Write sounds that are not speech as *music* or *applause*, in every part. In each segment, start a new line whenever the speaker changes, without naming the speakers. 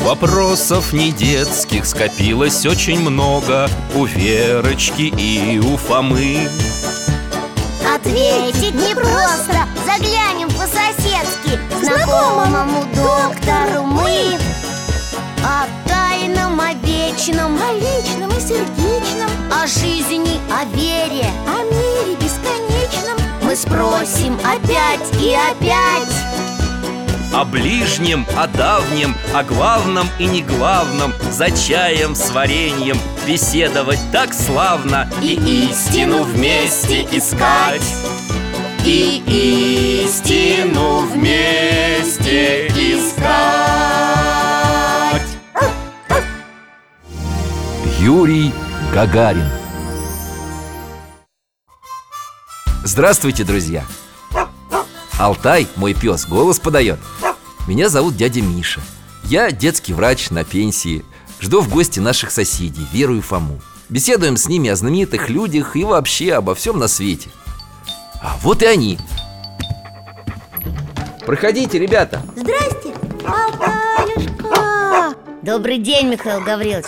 Вопросов не детских скопилось очень много У Верочки и у Фомы
Ответить непросто Заглянем по-соседски Знакомому доктору мы О тайном, о вечном
О личном и сердечном,
О жизни, о вере
о мире бесконечном
Мы спросим опять и опять
О ближнем, о давнем, о главном и не главном За чаем с вареньем беседовать так славно
И истину вместе искать.
И истину вместе искать
Юрий Гагарин Здравствуйте, друзья! Алтай, мой пес, голос подает Меня зовут дядя Миша Я детский врач на пенсии Жду в гости наших соседей, Веру и Фому Беседуем с ними о знаменитых людях и вообще обо всем на свете А вот и они Проходите, ребята
Здрасте, Алтаюшка
Добрый день, Михаил Гаврилович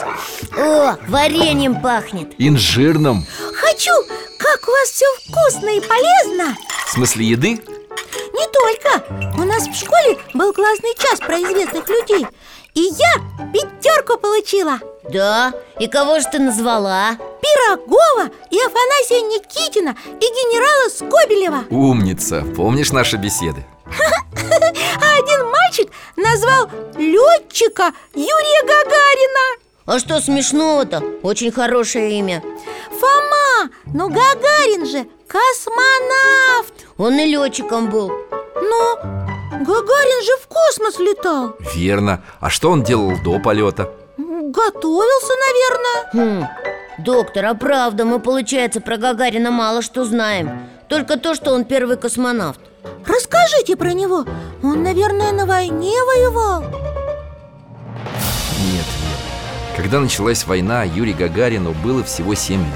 О, вареньем пахнет
Инжирным
Хочу, как у вас все вкусно и полезно
В смысле еды?
Не только У нас в школе был классный час про известных людей И я пятерку получила
Да, и кого же ты назвала?
Пирогова и Афанасия Никитина И генерала Скобелева
Умница, помнишь наши беседы?
А один мальчик назвал летчика Юрия Гагарина
А что смешного-то? Очень хорошее имя
Фома, ну Гагарин же космонавт
Он и летчиком был
Но Гагарин же в космос летал
Верно, а что он делал до полета?
М, Готовился, наверное
Хм, доктор, а правда мы, получается, про Гагарина мало что знаем Только то, что он первый космонавт
Расскажите про него Он, наверное, на войне воевал
Нет, нет. Когда началась война, Юрию Гагарину было всего 7 лет.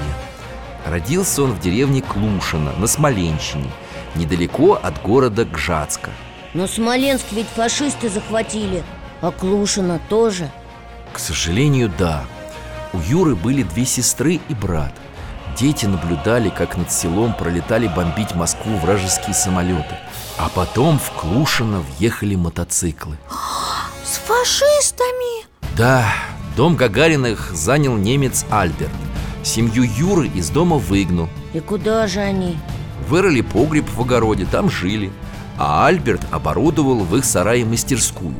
Родился он в деревне Клушино на Смоленщине, недалеко от города Гжатска.
Но Смоленск ведь фашисты захватили А Клушина тоже
К сожалению, да. У Юры были две сестры и брат. Дети наблюдали, как над селом пролетали бомбить Москву вражеские самолеты. А потом в Клушино въехали мотоциклы.
С фашистами
Да, дом Гагариных занял немец Альберт. Семью Юры из дома выгнал,
И куда же они?
Вырыли погреб в огороде, там жили А Альберт оборудовал в их сарае мастерскую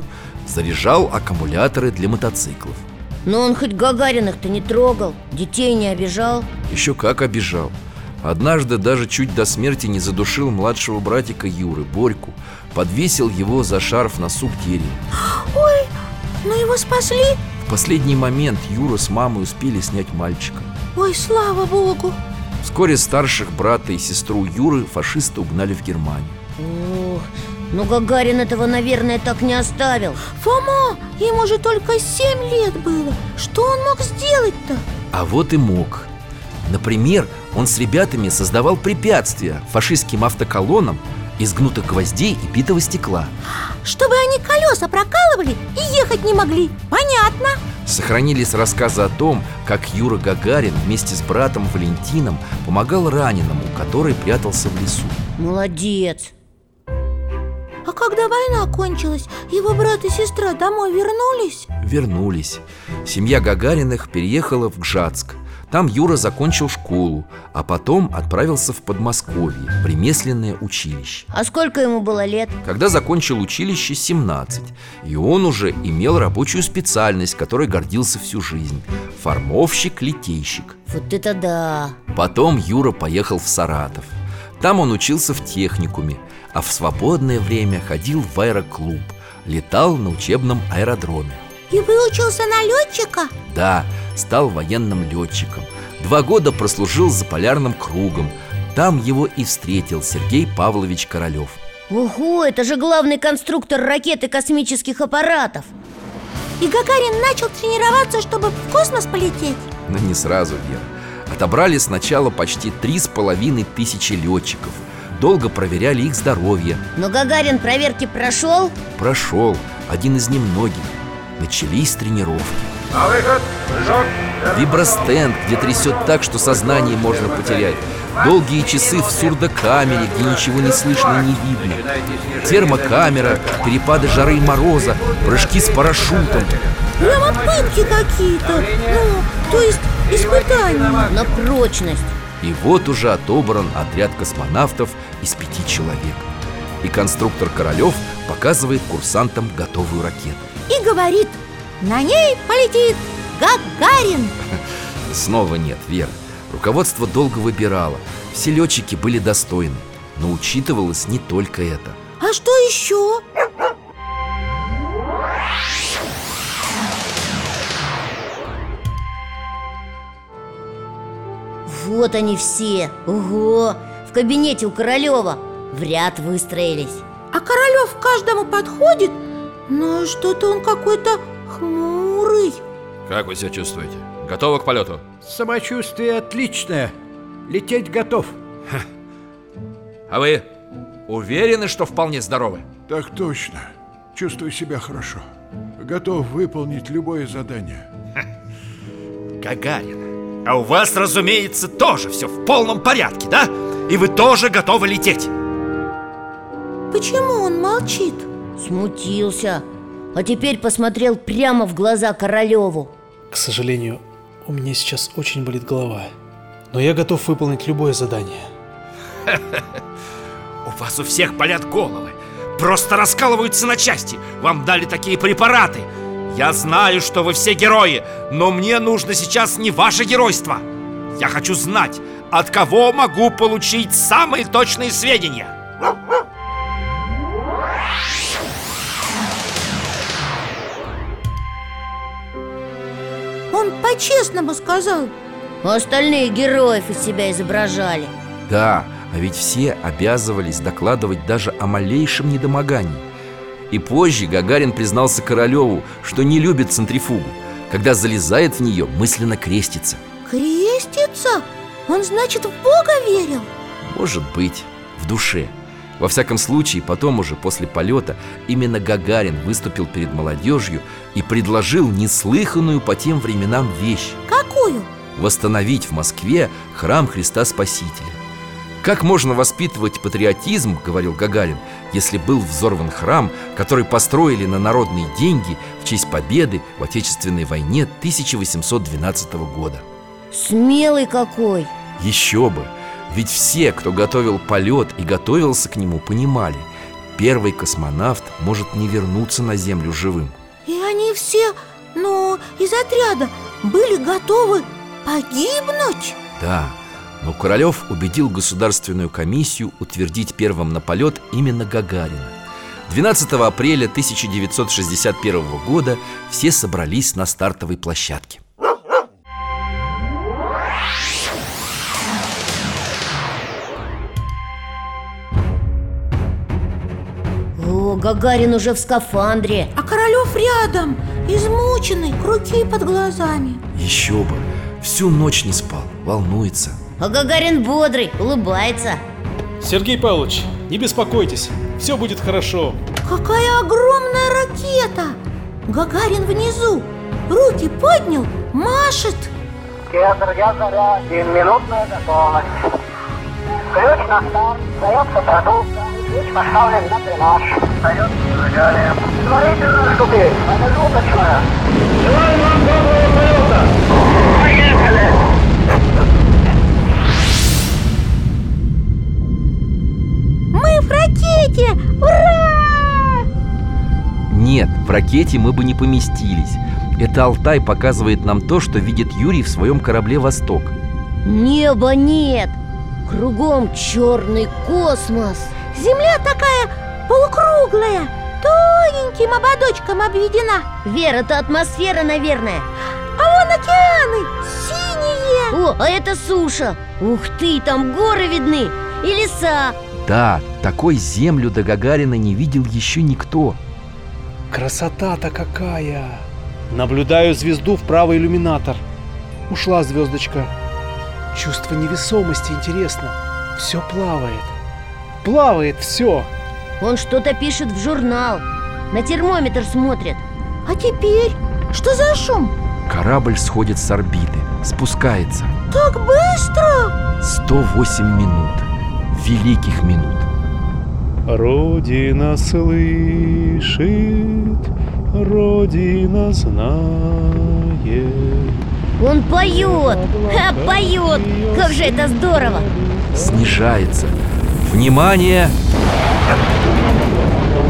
Заряжал аккумуляторы для мотоциклов
Но он хоть Гагариных-то не трогал Детей не обижал
Еще как обижал Однажды даже чуть до смерти не задушил младшего братика Юры, Борьку Подвесил его за шарф на сук дерева
Ой, но Ну, его спасли
В последний момент Юра с мамой успели снять мальчика
Ой, слава богу
Вскоре старших брата и сестру Юры фашисты угнали в Германию
Ух, ну Гагарин этого, наверное, так не оставил
Фома, ему же только семь лет было Что он мог сделать-то?
А вот и мог. Например, он с ребятами создавал препятствия фашистским автоколонам из гнутых гвоздей и битого стекла.
Чтобы они колеса прокалывали и ехать не могли Понятно
Сохранились рассказы о том, как Юра Гагарин вместе с братом Валентином помогал раненому, который прятался в лесу.
Молодец
А когда война кончилась, его брат и сестра домой вернулись?
Вернулись. Семья Гагариных переехала в Гжатск. Там Юра закончил школу, а потом отправился в Подмосковье, в ремесленное училище.
А сколько ему было лет?
когда закончил училище 17, и он уже имел рабочую специальность, которой гордился всю жизнь – формовщик-литейщик.
Вот это да!
Потом Юра поехал в Саратов. Там он учился в техникуме, а в свободное время ходил в аэроклуб, летал на учебном аэродроме.
И выучился на летчика?
Да, стал военным летчиком. Два года прослужил за полярным кругом. Там его и встретил Сергей Павлович Королев.
Ого, это же главный конструктор ракет и космических аппаратов
И Гагарин начал тренироваться, чтобы в космос полететь?
Но Ну, не сразу, Вера. Отобрали сначала почти три с половиной тысячи летчиков. Долго проверяли их здоровье.
Но Гагарин проверки прошел
Прошел. Один из немногих. Начались тренировки
На выход, прыжок,
Вибростенд, где трясет так, что сознание можно потерять Долгие часы в сурдокамере, где ничего не слышно и не видно Термокамера, перепады жары и мороза, прыжки с парашютом
Прям отпынки какие-то Ну, то есть испытания
На прочность
И вот уже отобран отряд космонавтов из пяти человек И конструктор Королев показывает курсантам готовую ракету
И говорит, на ней полетит Гагарин
Снова нет, Вера Руководство долго выбирало Все летчики были достойны Но учитывалось не только это
А что еще?
Вот они все Ого В кабинете у Королева В ряд выстроились
А Королев к каждому подходит Но что-то он какой-то хмурый
Как вы себя чувствуете? Готовы к полету?
Самочувствие отличное. Лететь готов.
А вы уверены, что вполне здоровы?
Так точно. Чувствую себя хорошо. Готов выполнить любое задание.
Гагарин, а у вас, разумеется, тоже все в полном порядке, да? И вы тоже готовы лететь?
Почему он молчит?
Смутился А теперь посмотрел прямо в глаза Королеву
К сожалению, у меня сейчас очень болит голова. Но я готов выполнить любое задание.
У вас у всех болят головы Просто раскалываются на части Вам дали такие препараты Я знаю, что вы все герои Но мне нужно сейчас не ваше геройство Я хочу знать, от кого могу получить самые точные сведения
Он по-честному сказал
А Остальные героев из себя изображали
Да, а ведь все обязывались докладывать даже о малейшем недомогании И позже Гагарин признался Королеву, что не любит центрифугу Когда залезает в нее, мысленно крестится
Крестится? Он, значит, в Бога верил?
Может быть, в душе Во всяком случае, потом уже после полета Именно Гагарин выступил перед молодежью И предложил неслыханную по тем временам вещь
Какую?
Восстановить в Москве храм Христа Спасителя как можно воспитывать патриотизм, говорил Гагарин, если был взорван храм, который построили на народные деньги в честь победы в Отечественной войне 1812 года?
Смелый какой
Еще бы! Ведь все, кто готовил полет и готовился к нему, понимали Первый космонавт может не вернуться на Землю живым
И они все, ну, из отряда были готовы погибнуть?
Да, но Королев убедил Государственную комиссию утвердить первым на полет именно Гагарина 12 апреля 1961 года все собрались на стартовой площадке
О, Гагарин уже в скафандре
А Королев рядом, измученный, круги под глазами
Еще бы, всю ночь не спал, волнуется
А Гагарин бодрый, улыбается
Сергей Павлович, не беспокойтесь, все будет хорошо.
Какая огромная ракета! Гагарин внизу, руки поднял, машет
Театр Язаря, минутная готовность. Ключ на старт, дается продукта, ключ поставлен на тренаж. Дается зажигание. Предварительная ступень, промежуточная. Желаю вам доброго полета! Поехали!
Мы в ракете! Ура!
Нет, в ракете мы бы не поместились Это Алтай показывает нам то, что видит Юрий в своем корабле «Восток»
Неба нет Кругом черный космос
Земля такая полукруглая, тоненьким ободочком обведена
Вера, это атмосфера, наверное
А вон океаны, синие
О, а это суша Ух ты, там горы видны И леса
Да, такой землю до Гагарина не видел еще никто
Красота-то какая! Наблюдаю звезду в правый иллюминатор. Ушла звездочка. Чувство невесомости интересно. Все плавает. Плавает все.
Он что-то пишет в журнал На термометр смотрит
А теперь? Что за шум?
Корабль сходит с орбиты, спускается.
Так быстро!
108 минут. Великих минут.
Родина слышит, Родина знает.
Он поет! Ха, поет! Как же это здорово!
Снижается. Внимание!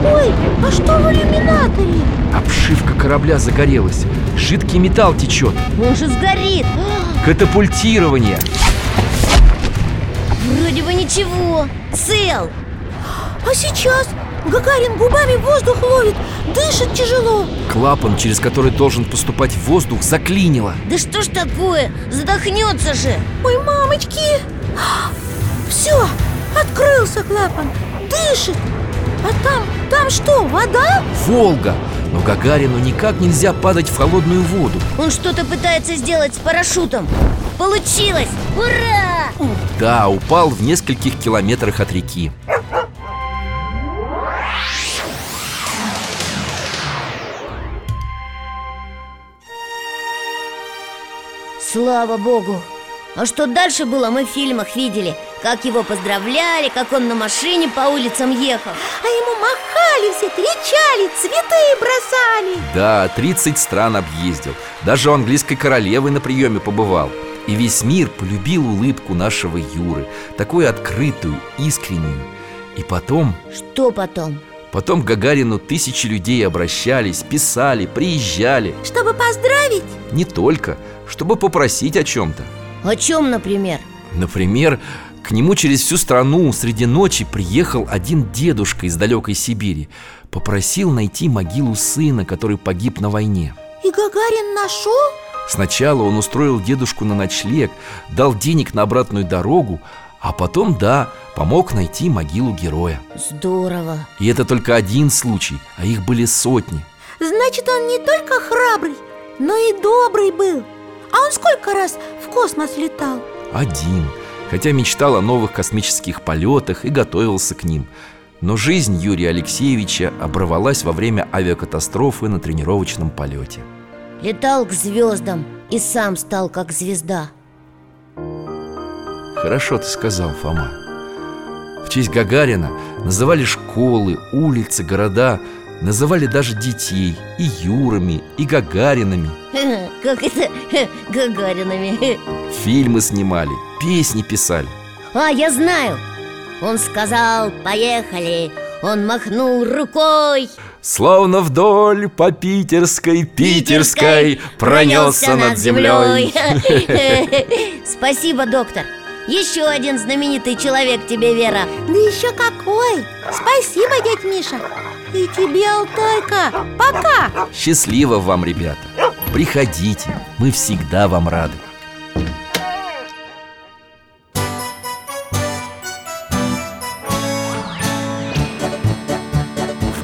Ой, а что в иллюминаторе?
Обшивка корабля загорелась. Жидкий металл течет.
Он же сгорит! А,
Катапультирование.
Вроде бы ничего! Цел!
А сейчас? Гагарин губами воздух ловит, дышит тяжело
Клапан, через который должен поступать воздух, заклинило.
Да что ж такое? Задохнется же! А,
Ой, мамочки! Все, открылся клапан, дышит А там, там что, вода?
Волга. Но Гагарину никак нельзя падать в холодную воду.
Он что-то пытается сделать с парашютом! Получилось! Ура!
Да, упал в нескольких километрах от реки.
Слава богу! А что дальше было, мы в фильмах видели Как его поздравляли, как он на машине по улицам ехал
А ему махали все, кричали, цветы бросали
Да, 30 стран объездил. Даже у английской королевы на приеме побывал. И весь мир полюбил улыбку нашего Юры, такую открытую, искреннюю. И потом,
Что потом?
потом к Гагарину тысячи людей обращались, писали, приезжали.
Чтобы поздравить?
Не только, чтобы попросить о чем-то.
О чем, например?
Например, к нему через всю страну среди ночи приехал один дедушка из далекой Сибири. Попросил найти могилу сына, который погиб на войне.
И Гагарин нашел?
Сначала он устроил дедушку на ночлег, дал денег на обратную дорогу, а потом, да, помог найти могилу героя.
Здорово
И это только один случай, а их были сотни.
Значит, он не только храбрый, но и добрый был А он сколько раз в космос летал?
Один. Хотя мечтал о новых космических полетах и готовился к ним. Но жизнь Юрия Алексеевича оборвалась во время авиакатастрофы на тренировочном полете.
Летал к звездам и сам стал
*laughs*
как звезда
Хорошо ты сказал, Фома. В честь Гагарина называли школы, улицы, города, называли даже детей и Юрами, и Гагаринами.
*laughs* Как это? *laughs* Гагаринами
Фильмы снимали, песни писали.
*laughs* А, я знаю! Он сказал «поехали» Он махнул рукой
Словно вдоль по питерской, питерской Пронесся над землей
*laughs* землей. Спасибо, доктор Еще один знаменитый человек тебе, Вера
Да еще какой! Спасибо, дядь Миша И тебе, Алтайка, пока!
Счастливо вам, ребята Приходите, мы всегда вам рады В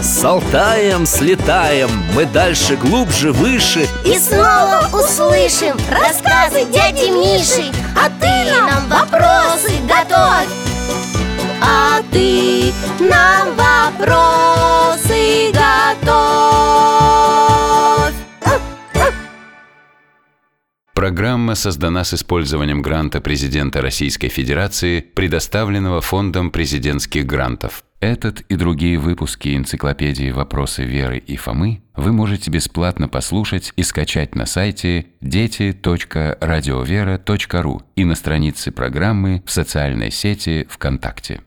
С Алтаем слетаем, мы дальше, глубже, выше
И снова услышим рассказы дяди Миши А ты нам вопросы готовь А ты нам вопросы готовь
Программа создана с использованием гранта президента Российской Федерации, предоставленного Фондом президентских грантов. Этот и другие выпуски энциклопедии «Вопросы Веры и Фомы» вы можете бесплатно послушать и скачать на сайте дети.радиовера.ру и на странице программы в социальной сети ВКонтакте.